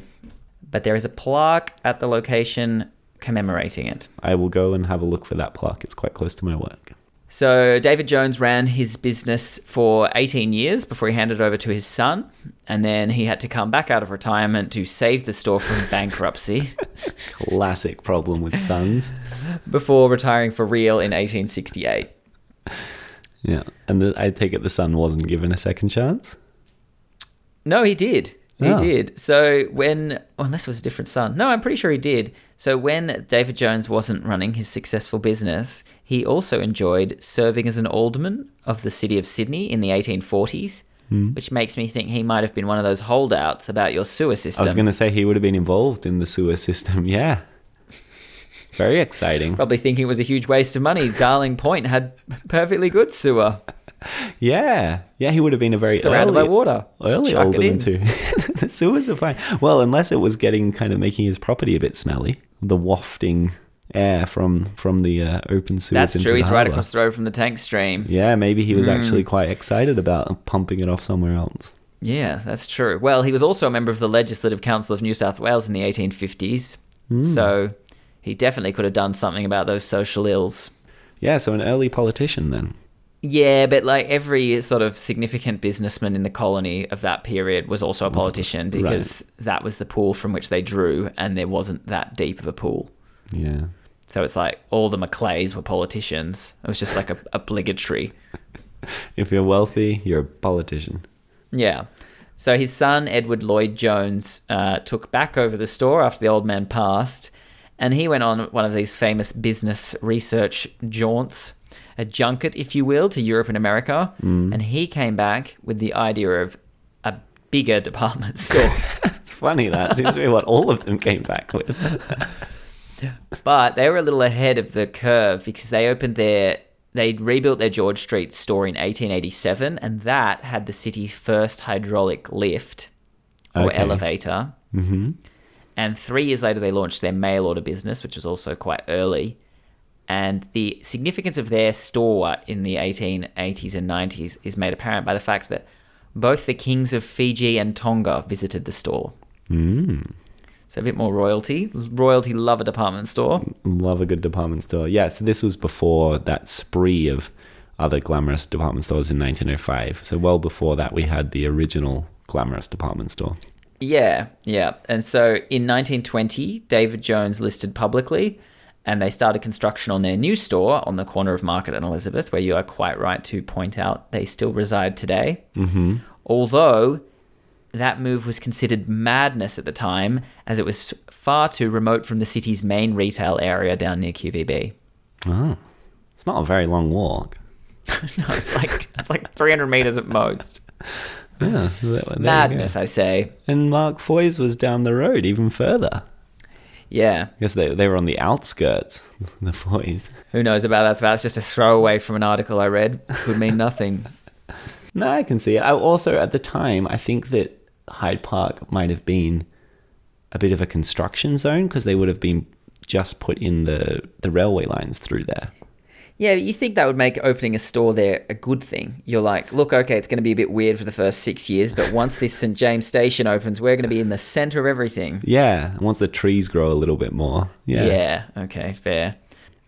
but there is a plaque at the location commemorating it. I will go and have a look for that plaque. It's quite close to my work. So David Jones ran his business for 18 years before he handed over to his son, and then he had to come back out of retirement to save the store from bankruptcy Classic problem with sons. before retiring for real in 1868. Yeah. And the, I take it the son wasn't given a second chance. No, he did. He Oh. did. So when, oh, unless it was a different son. No, I'm pretty sure he did. So when David Jones wasn't running his successful business, he also enjoyed serving as an alderman of the city of Sydney in the 1840s, Hmm. which makes me think he might have been one of those holdouts about your sewer I system. was going to say he would have been involved in the sewer system. Yeah. Very exciting. Probably thinking it was a huge waste of money. Darling Point had perfectly good sewer Yeah. Yeah, he would have been a very surrounded by early, water. Just early chuck it alderman in. too. the sewers are fine. Well, unless it was getting kind of making his property a bit smelly. The wafting air from from the uh, open sewers. That's into true. the He's right harbour. across Hmm. the road from the tank stream. Yeah, maybe he was actually quite excited about pumping it off somewhere else. Yeah, that's true. Well, he was also a member of the Legislative Council of New South Wales in the 1850s, so he definitely could have done something about those social ills. Yeah, so an early politician then. Yeah, but like every sort of significant businessman in the colony of that period was also a politician because that was the pool from which they drew, and there wasn't that deep of a pool. Yeah. So it's like all the Macleays were politicians. It was just like a, obligatory. If you're wealthy, you're a politician. Yeah. So his son, Edward Lloyd Jones, uh, took back over the store after the old man passed, and he went on one of these famous business research jaunts, a junket, if you will, to Europe and America. And he came back with the idea of a bigger department store. It's funny that seems to be what all of them came back with. but they were a little ahead of the curve because they opened their. They rebuilt their George Street store in 1887, and that had the city's first hydraulic lift or Okay. elevator. And three years later, they launched their mail order business, which was also quite early. And the significance of their store in the 1880s and 90s is made apparent by the fact that both the kings of Fiji and Tonga visited the store. So a bit more royalty. Royalty love a department store. Love a good department store. Yeah, so this was before that spree of other glamorous department stores in 1905. So well before that, we had the original glamorous department store. Yeah, yeah. And so in 1920, David Jones listed publicly and they started construction on their new store on the corner of Market and Elizabeth, where you are quite right to point out they still reside today. Mm-hmm. Although that move was considered madness at the time, as it was far too remote from the city's main retail area down near QVB. Oh, it's not a very long walk. no, it's like it's like 300 meters at most. Yeah, there- there you go. Madness, I say. And Mark Foy's was down the road even further. Yeah. I guess they, they were on the outskirts, the boys. Who knows about that? That's just a throwaway from an article I read. Would mean nothing. No, I can see it. I also, at the time, I think that Hyde Park might have been a bit of a construction zone because they would have been just put in the, the railway lines through there. Yeah, you think that would make opening a store there a good thing. You're like, look, okay, it's going to be a bit weird for the first six years, but once this St. James station opens, we're going to be in the center of everything. Yeah, and once the trees grow a little bit more. Yeah. Yeah. Okay, fair.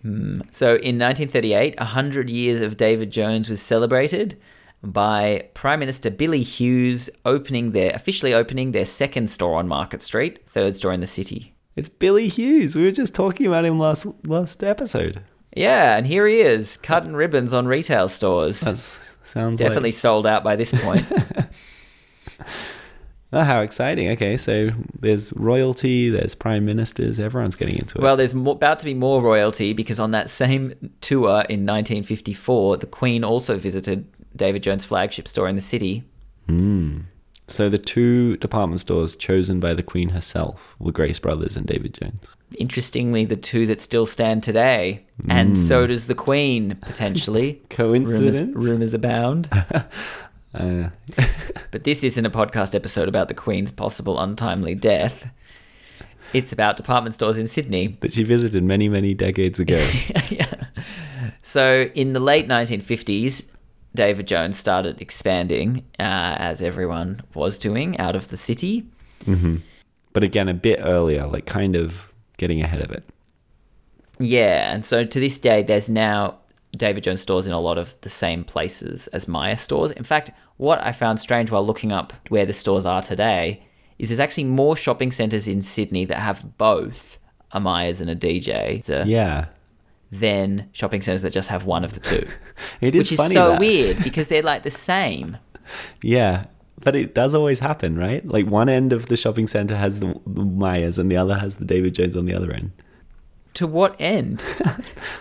Hmm. So in 1938, 100 years of David Jones was celebrated by Prime Minister Billy Hughes opening their officially opening their second store on Market Street, third store in the city. It's Billy Hughes. We were just talking about him last last episode. Yeah, and here he is, cutting ribbons on retail stores. That sounds like- Definitely sold out by this point. Oh, how exciting. Okay, so there's royalty, there's prime ministers, everyone's getting into it. well, there's mo about to be more royalty because on that same tour in 1954, the Queen also visited David Jones' flagship store in the city. Hmm. so the two department stores chosen by the Queen herself were Grace Brothers and David Jones. Interestingly, the two that still stand today, and so does the Queen potentially. rumors, Coincidence? rumors abound. Uh, But this isn't a podcast episode about the Queen's possible untimely death. It's about department stores in Sydney. that she visited many, many decades ago. yeah. So in the late 1950s, David Jones started expanding, uh, as everyone was doing, out of the city. but again, a bit earlier, like kind of getting ahead of it. Yeah, and so to this day, there's now David Jones stores in a lot of the same places as Maya stores. In fact, what I found strange while looking up where the stores are today is there's actually more shopping centres in Sydney that have both a Myers and a DJ Yeah. than shopping centres that just have one of the two, It is which is funny so that- weird because they're like the same. Yeah. But it does always happen, right? Like one end of the shopping center has the, the Myers and the other has the David Jones on the other end. To what end?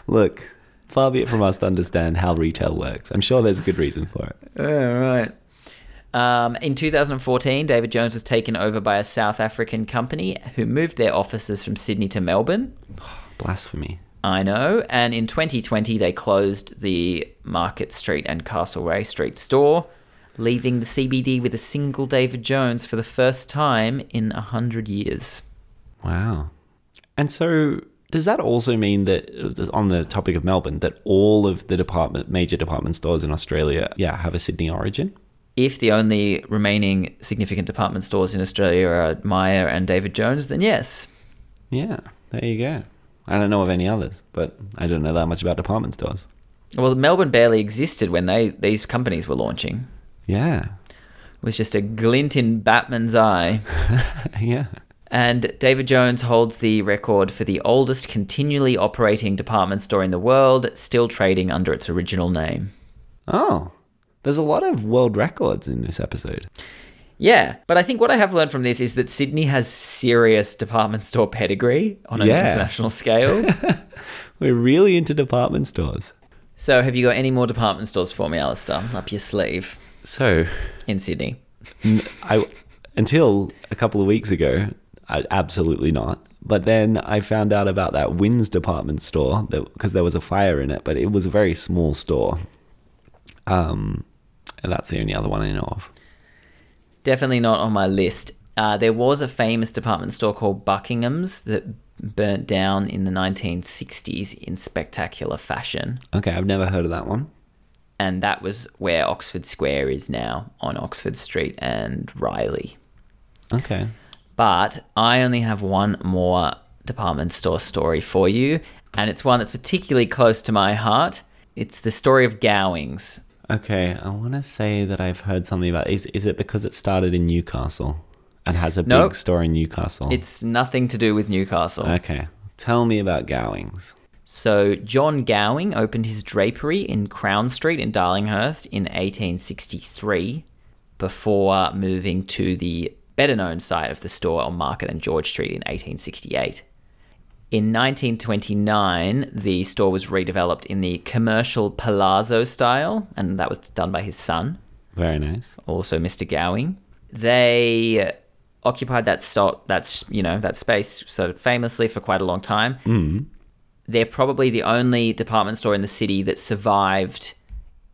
Look, far be it from us to understand how retail works. I'm sure there's a good reason for it. Oh, right. Um, in 2014, David Jones was taken over by a South African company who moved their offices from Sydney to Melbourne. Blasphemy. I know. And in 2020, they closed the Market Street and Castlereagh Street store, leaving the CBD with a single David Jones for the first time in 100 years. Wow. And so does that also mean that uh, on the topic of Melbourne that all of the department major department stores in Australia yeah have a Sydney origin? If the only remaining significant department stores in Australia are Myer and David Jones, then yes. Yeah. There you go. I don't know of any others, but I don't know that much about department stores. Well, Melbourne barely existed when they these companies were launching. Yeah. It was just a glint in Batman's eye. yeah. And David Jones holds the record for the oldest continually operating department store in the world, still trading under its original name. Oh. There's a lot of world records in this episode. Yeah, but I think what I have learned from this is that Sydney has serious department store pedigree on an Yeah. international scale. We're really into department stores. so, have you got any more department stores for me, Alistair, up your sleeve So, in Sydney? N- I until a couple of weeks ago, I, absolutely not. But then I found out about that Wins department store because there was a fire in it, but it was a very small store. Um, and that's the only other one I know of. Definitely not on my list. Uh, there was a famous department store called Buckingham's that burnt down in the 1960s in spectacular fashion. Okay, I've never heard of that one. And that was where Oxford Square is now on Oxford Street and Riley. Okay, But I only have one more department store story for you, and it's one that's particularly close to my heart. It's the story of Gowings. okay. I want to say that I've heard something about. Is is it because it started in Newcastle and has a Nope. big store in Newcastle? It's nothing to do with Newcastle. okay. Tell me about Gowings. So John Gowing opened his drapery in Crown Street in Darlinghurst in 1863 before moving to the better known site of the store on Market and George Street in 1868. In 1929, the store was redeveloped in the commercial palazzo style, and that was done by his son, Very nice. also Mr. Gowing. They occupied that slot, that's you know that space so famously for quite a long time. They're probably the only department store in the city that survived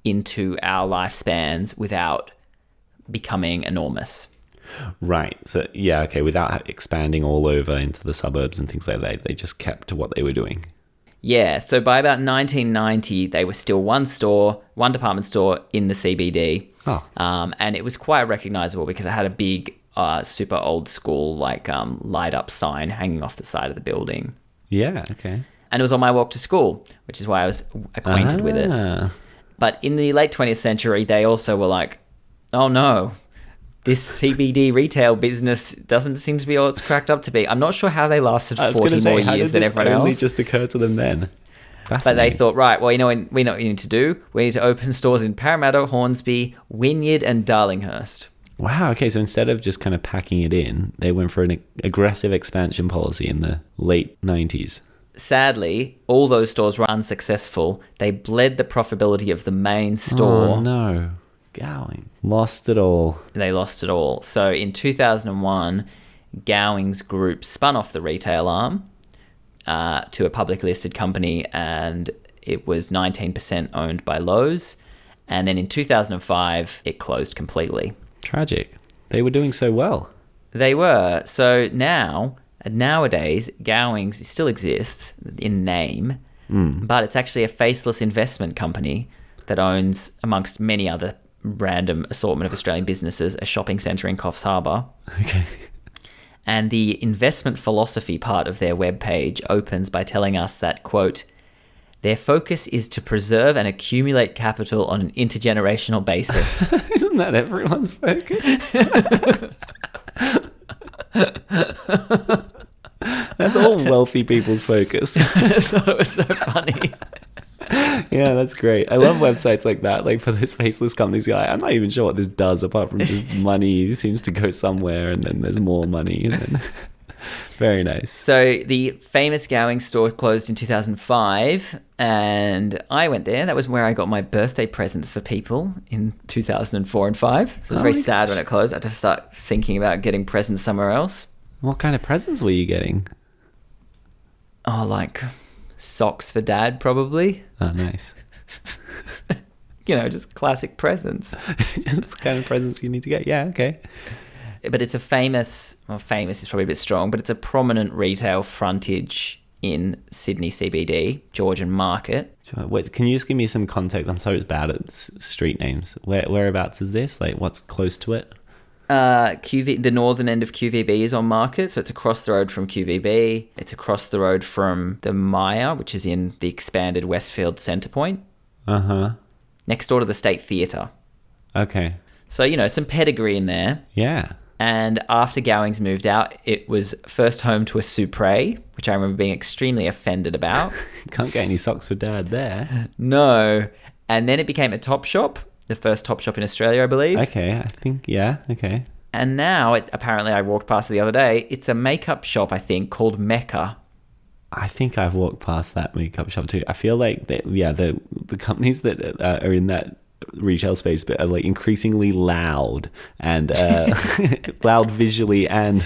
into our lifespans without becoming enormous. Right. So yeah, okay. Without expanding all over into the suburbs and things like that, they just kept to what they were doing. Yeah, so by about 1990, they were still one store, one department store in the CBD. Oh. Um, and it was quite recognizable because it had a big, uh, super old school, like, um, light up sign hanging off the side of the building. Yeah. Okay. And it was on my walk to school, which is why I was acquainted with it. Ah. But in the late 20th century, they also were like, oh no, this CBD retail business doesn't seem to be all it's cracked up to be. I'm not sure how they lasted I was 40 going to say, more how years did than this everyone only else. just occur to them then? But they Fascinating. thought, right, well, you know, what- we know what we need to do. We need to open stores in Parramatta, Hornsby, Wynyard, and Darlinghurst. Wow. Okay. So instead of just kind of packing it in, they went for an ag- aggressive expansion policy in the late 90s. Sadly, all those stores were unsuccessful. They bled the profitability of the main store. Oh, no. Gowing. Lost it all. They lost it all. So in 2001, Gowings Group spun off the retail arm uh, to a publicly listed company, and it was 19% owned by Lowe's. And then in 2005, it closed completely. Tragic. They were doing so well. They were. So now, nowadays, Gowings still exists in name, but it's actually a faceless investment company that owns, amongst many other random assortment of Australian businesses, a shopping centre in Coffs Harbour. Okay. And the investment philosophy part of their webpage opens by telling us that, quote, their focus is to preserve and accumulate capital on an intergenerational basis. Isn't that everyone's focus? that's all wealthy people's focus. I just thought it was so funny. Yeah, that's great. I love websites like that. Like for those faceless companies, guy, I'm not even sure what this does apart from just money seems to go somewhere, and then there's more money. And then... Very nice. So the famous Gowing store closed in 2005, and I went there. That was where I got my birthday presents for people in 2004 and five. So it was Oh very my sad when it closed. I had to start thinking about getting presents somewhere else. What kind of presents were you getting? Oh, like socks for dad, probably. Oh, nice. You know, just classic presents. just the kind of presents you need to get. Yeah, okay. But it's a famous, well, famous is probably a bit strong, but it's a prominent retail frontage in Sydney CBD, Georgian Market. So What, can you just give me some context? I'm so bad at s- street names. Where whereabouts is this? Like, what's close to it? Uh, QV, the northern end of QVB is on market, so it's across the road from QVB. It's across the road from the Maya, which is in the expanded Westfield Centre Point, Uh huh. next door to the State Theatre. Okay. So, you know, some pedigree in there. Yeah. And after Gowings moved out, it was first home to a Supre, which I remember being extremely offended about. Can't get any socks for dad there. no. And then it became a Top Shop, the first Top Shop in Australia, I believe. Okay. I think, yeah. Okay. And now, it, apparently, I walked past it the other day. It's a makeup shop, I think, called Mecca. I think I've walked past that makeup shop too. I feel like that, yeah, the the companies that uh, are in that retail space but are like increasingly loud and uh, loud visually and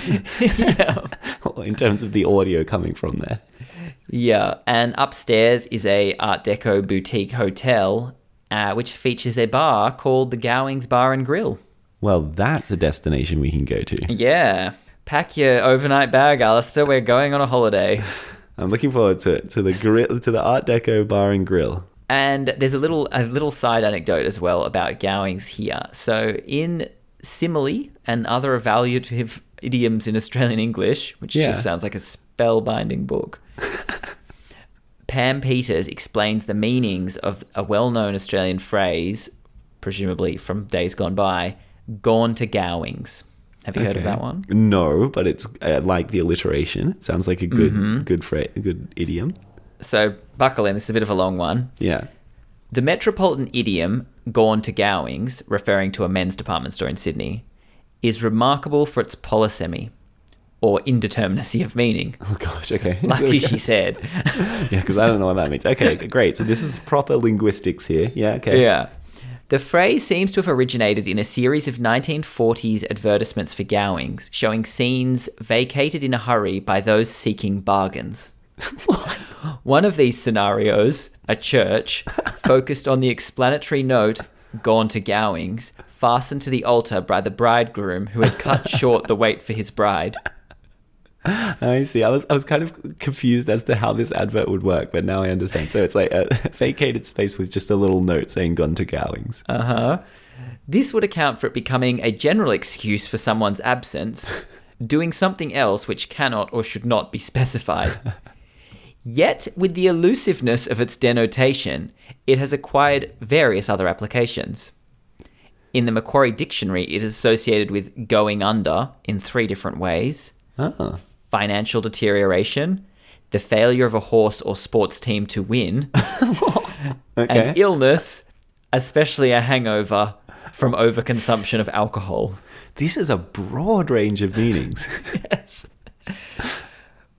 in terms of the audio coming from there. Yeah, and upstairs is a Art Deco boutique hotel, uh, which features a bar called the Gowings Bar and Grill. Well, that's a destination we can go to. Yeah, pack your overnight bag, Alistair. We're going on a holiday. I'm looking forward to it, to the grill, to the Art Deco bar and grill. And there's a little a little side anecdote as well about Gowings here. So in simile and other evaluative idioms in Australian English, which Yeah. just sounds like a spellbinding book. Pam Peters explains the meanings of a well-known Australian phrase, presumably from days gone by, "gone to Gowings." Have you heard of Okay. that one? No, but it's uh, like the alliteration. It sounds like a good, Mm-hmm. good phrase, good idiom. So buckle in. This is a bit of a long one. Yeah. The metropolitan idiom, gone to Gowings, referring to a men's department store in Sydney, is remarkable for its polysemy, or indeterminacy of meaning, Oh gosh. Okay. lucky she said. Yeah, because I don't know what that means. Okay, great. So this is proper linguistics here. Yeah, okay. yeah. The phrase seems to have originated in a series of 1940s advertisements for Gowings, showing scenes vacated in a hurry by those seeking bargains. One of these scenarios, a church, focused on the explanatory note, gone to Gowings, fastened to the altar by the bridegroom who had cut short the wait for his bride. I see. I was I was kind of confused as to how this advert would work, but now I understand. So it's like a vacated space with just a little note saying "gone to Gowings." Uh huh. This would account for it becoming a general excuse for someone's absence, doing something else which cannot or should not be specified. Yet, with the elusiveness of its denotation, it has acquired various other applications. In the Macquarie Dictionary, it is associated with going under in three different ways Ah, financial deterioration, the failure of a horse or sports team to win, okay. and illness, especially a hangover from overconsumption of alcohol. this is a broad range of meanings.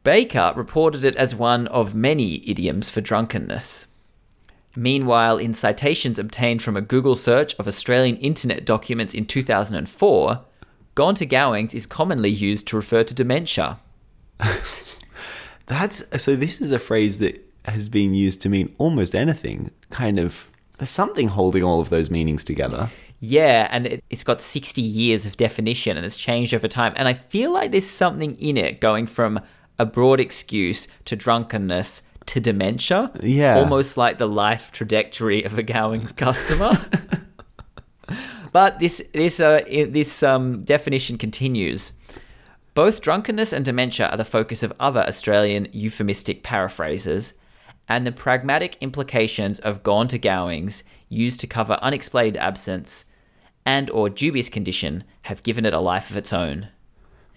Baker reported it as one of many idioms for drunkenness. Meanwhile, in citations obtained from a Google search of Australian internet documents in 2004, Gone to Gowings is commonly used to refer to dementia. That's so. This is a phrase that has been used to mean almost anything. Kind of, there's something holding all of those meanings together. Yeah, and it, it's got 60 years of definition and it's changed over time. And I feel like there's something in it going from a broad excuse to drunkenness to dementia. Yeah. Almost like the life trajectory of a Gowings customer. but this this uh, i- this um, definition continues. Both drunkenness and dementia are the focus of other Australian euphemistic paraphrases, and the pragmatic implications of gone to Gowings, used to cover unexplained absence and or dubious condition, have given it a life of its own.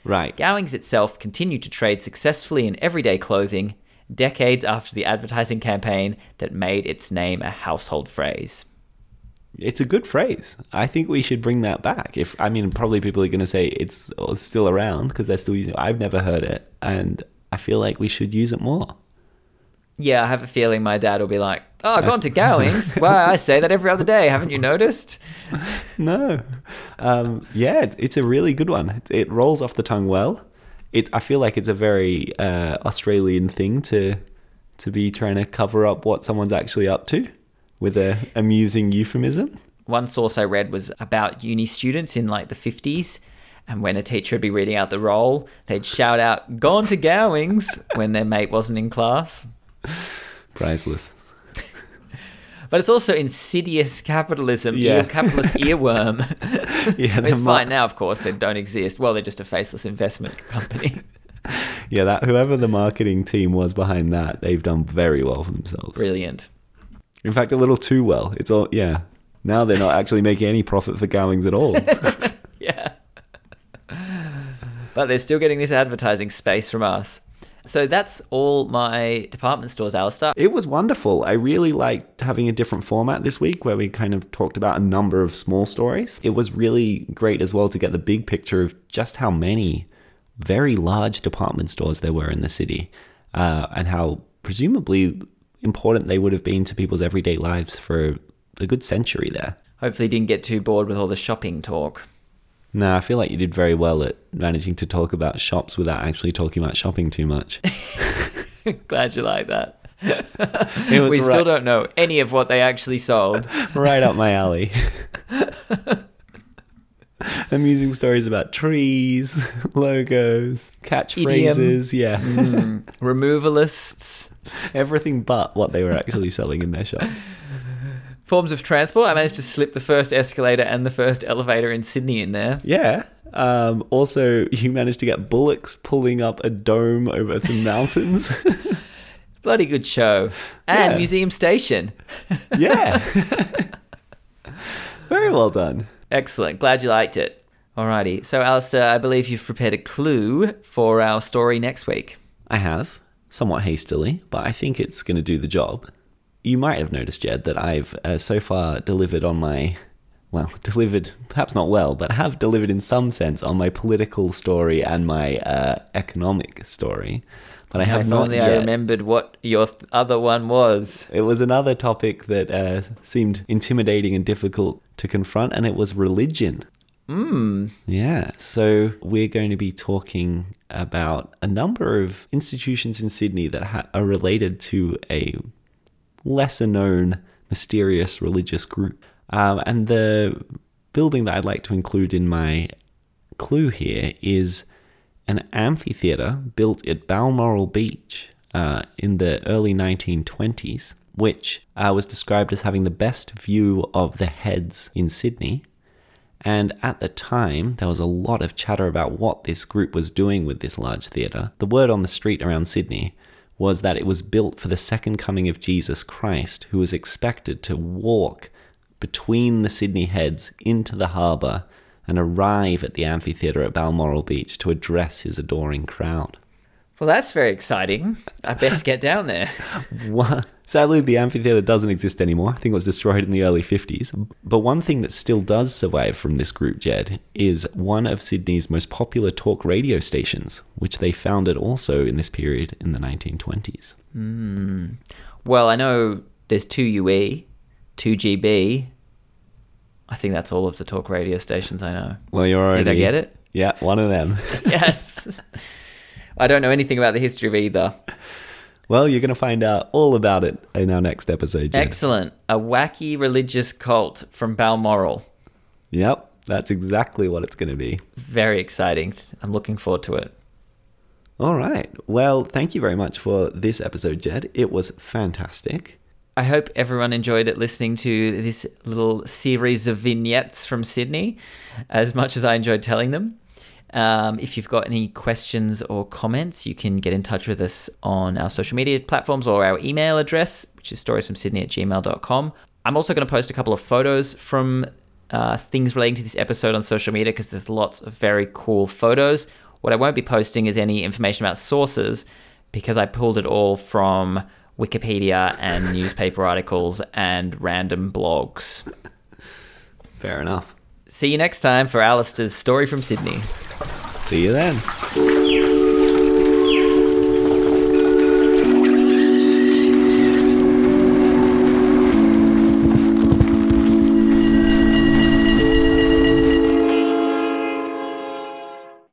Right. Gowings itself continued to trade successfully in everyday clothing decades after the advertising campaign that made its name a household phrase. It's a good phrase. I think we should bring that back. If I mean, probably people are going to say it's still around because they're still using it. I've never heard it, and I feel like we should use it more. Yeah, I have a feeling my dad will be like, "Oh, gone to Gowings? Why I say that every other day. Haven't you noticed?" No, um, yeah, it, it's a really good one. It, it rolls off the tongue well. It. I feel like it's a very uh, Australian thing to to be trying to cover up what someone's actually up to with a amusing euphemism. One source I read was about uni students in like the 50s. And when a teacher would be reading out the roll, they'd shout out, Gone to Gowings, when their mate wasn't in class. Priceless. But it's also insidious capitalism, Yeah. ear- capitalist earworm. Yeah, the it's mar- fine now, of course, they don't exist. Well, they're just a faceless investment company. Yeah, that whoever the marketing team was behind that, they've done very well for themselves. Brilliant. In fact, a little too well. It's all yeah. Now they're not actually making any profit for Gowings at all. yeah. but they're still getting this advertising space from us. So that's all my department stores, Alistair. it was wonderful. I really liked having a different format this week where we kind of talked about a number of small stories. It was really great as well to get the big picture of just how many very large department stores there were in the city uh, and how presumably important they would have been to people's everyday lives for a good century there. Hopefully, you didn't get too bored with all the shopping talk. No, I feel like you did very well at managing to talk about shops without actually talking about shopping too much. Glad you like that. It was We right- still don't know any of what they actually sold. right up my alley. Amusing stories about trees, logos, catchphrases, yeah, Removalists, everything but what they were actually selling in their shops. forms of transport. I managed to slip the first escalator and the first elevator in Sydney in there. Yeah. Um, also, you managed to get bullocks pulling up a dome over some mountains. Bloody good show. And Yeah. Museum Station. yeah. Very well done. Excellent. Glad you liked it. Alrighty. So, Alistair, I believe you've prepared a clue for our story next week. I have, somewhat hastily, but I think it's going to do the job. You might have noticed, Jed, that I've uh, so far delivered on my, well, delivered, perhaps not well, but have delivered in some sense on my political story and my uh, economic story. But I have if not only I yet. remembered what your th- other one was. it was another topic that uh, seemed intimidating and difficult to confront, and it was religion. Yeah, so we're going to be talking about a number of institutions in Sydney that ha- are related to a lesser known mysterious religious group. Um, and the building that I'd like to include in my clue here is an amphitheatre built at Balmoral Beach uh, in the early 1920s, which uh, was described as having the best view of the heads in Sydney. And at the time, there was a lot of chatter about what this group was doing with this large theatre. The word on the street around Sydney was that it was built for the second coming of Jesus Christ, who was expected to walk between the Sydney heads into the harbour and arrive at the amphitheatre at Balmoral Beach to address his adoring crowd. Well, that's very exciting. I best get down there. One- Sadly, the amphitheatre doesn't exist anymore. I think it was destroyed in the early 50s. But one thing that still does survive from this group, Jed, is one of Sydney's most popular talk radio stations, which they founded also in this period in the 1920s. Well, I know there's E, 2UE, 2GB. I think that's all of the talk radio stations I know. Well, you're already. Did I get it? Yeah, one of them. Yes. I don't know anything about the history of either. well, you're going to find out all about it in our next episode, Jed. Excellent. A wacky religious cult from Balmoral. Yep, that's exactly what it's going to be. Very exciting. I'm looking forward to it. All right. Well, thank you very much for this episode, Jed. It was fantastic. I hope everyone enjoyed it listening to this little series of vignettes from Sydney as much as I enjoyed telling them. Um, if you've got any questions or comments, you can get in touch with us on our social media platforms or our email address, which is storiesfromsydney at gmail.com. I'm also going to post a couple of photos from uh, things relating to this episode on social media because there's lots of very cool photos. What I won't be posting is any information about sources because I pulled it all from Wikipedia and newspaper articles and random blogs. Fair enough. See you next time for Alistair's story from Sydney. See you then.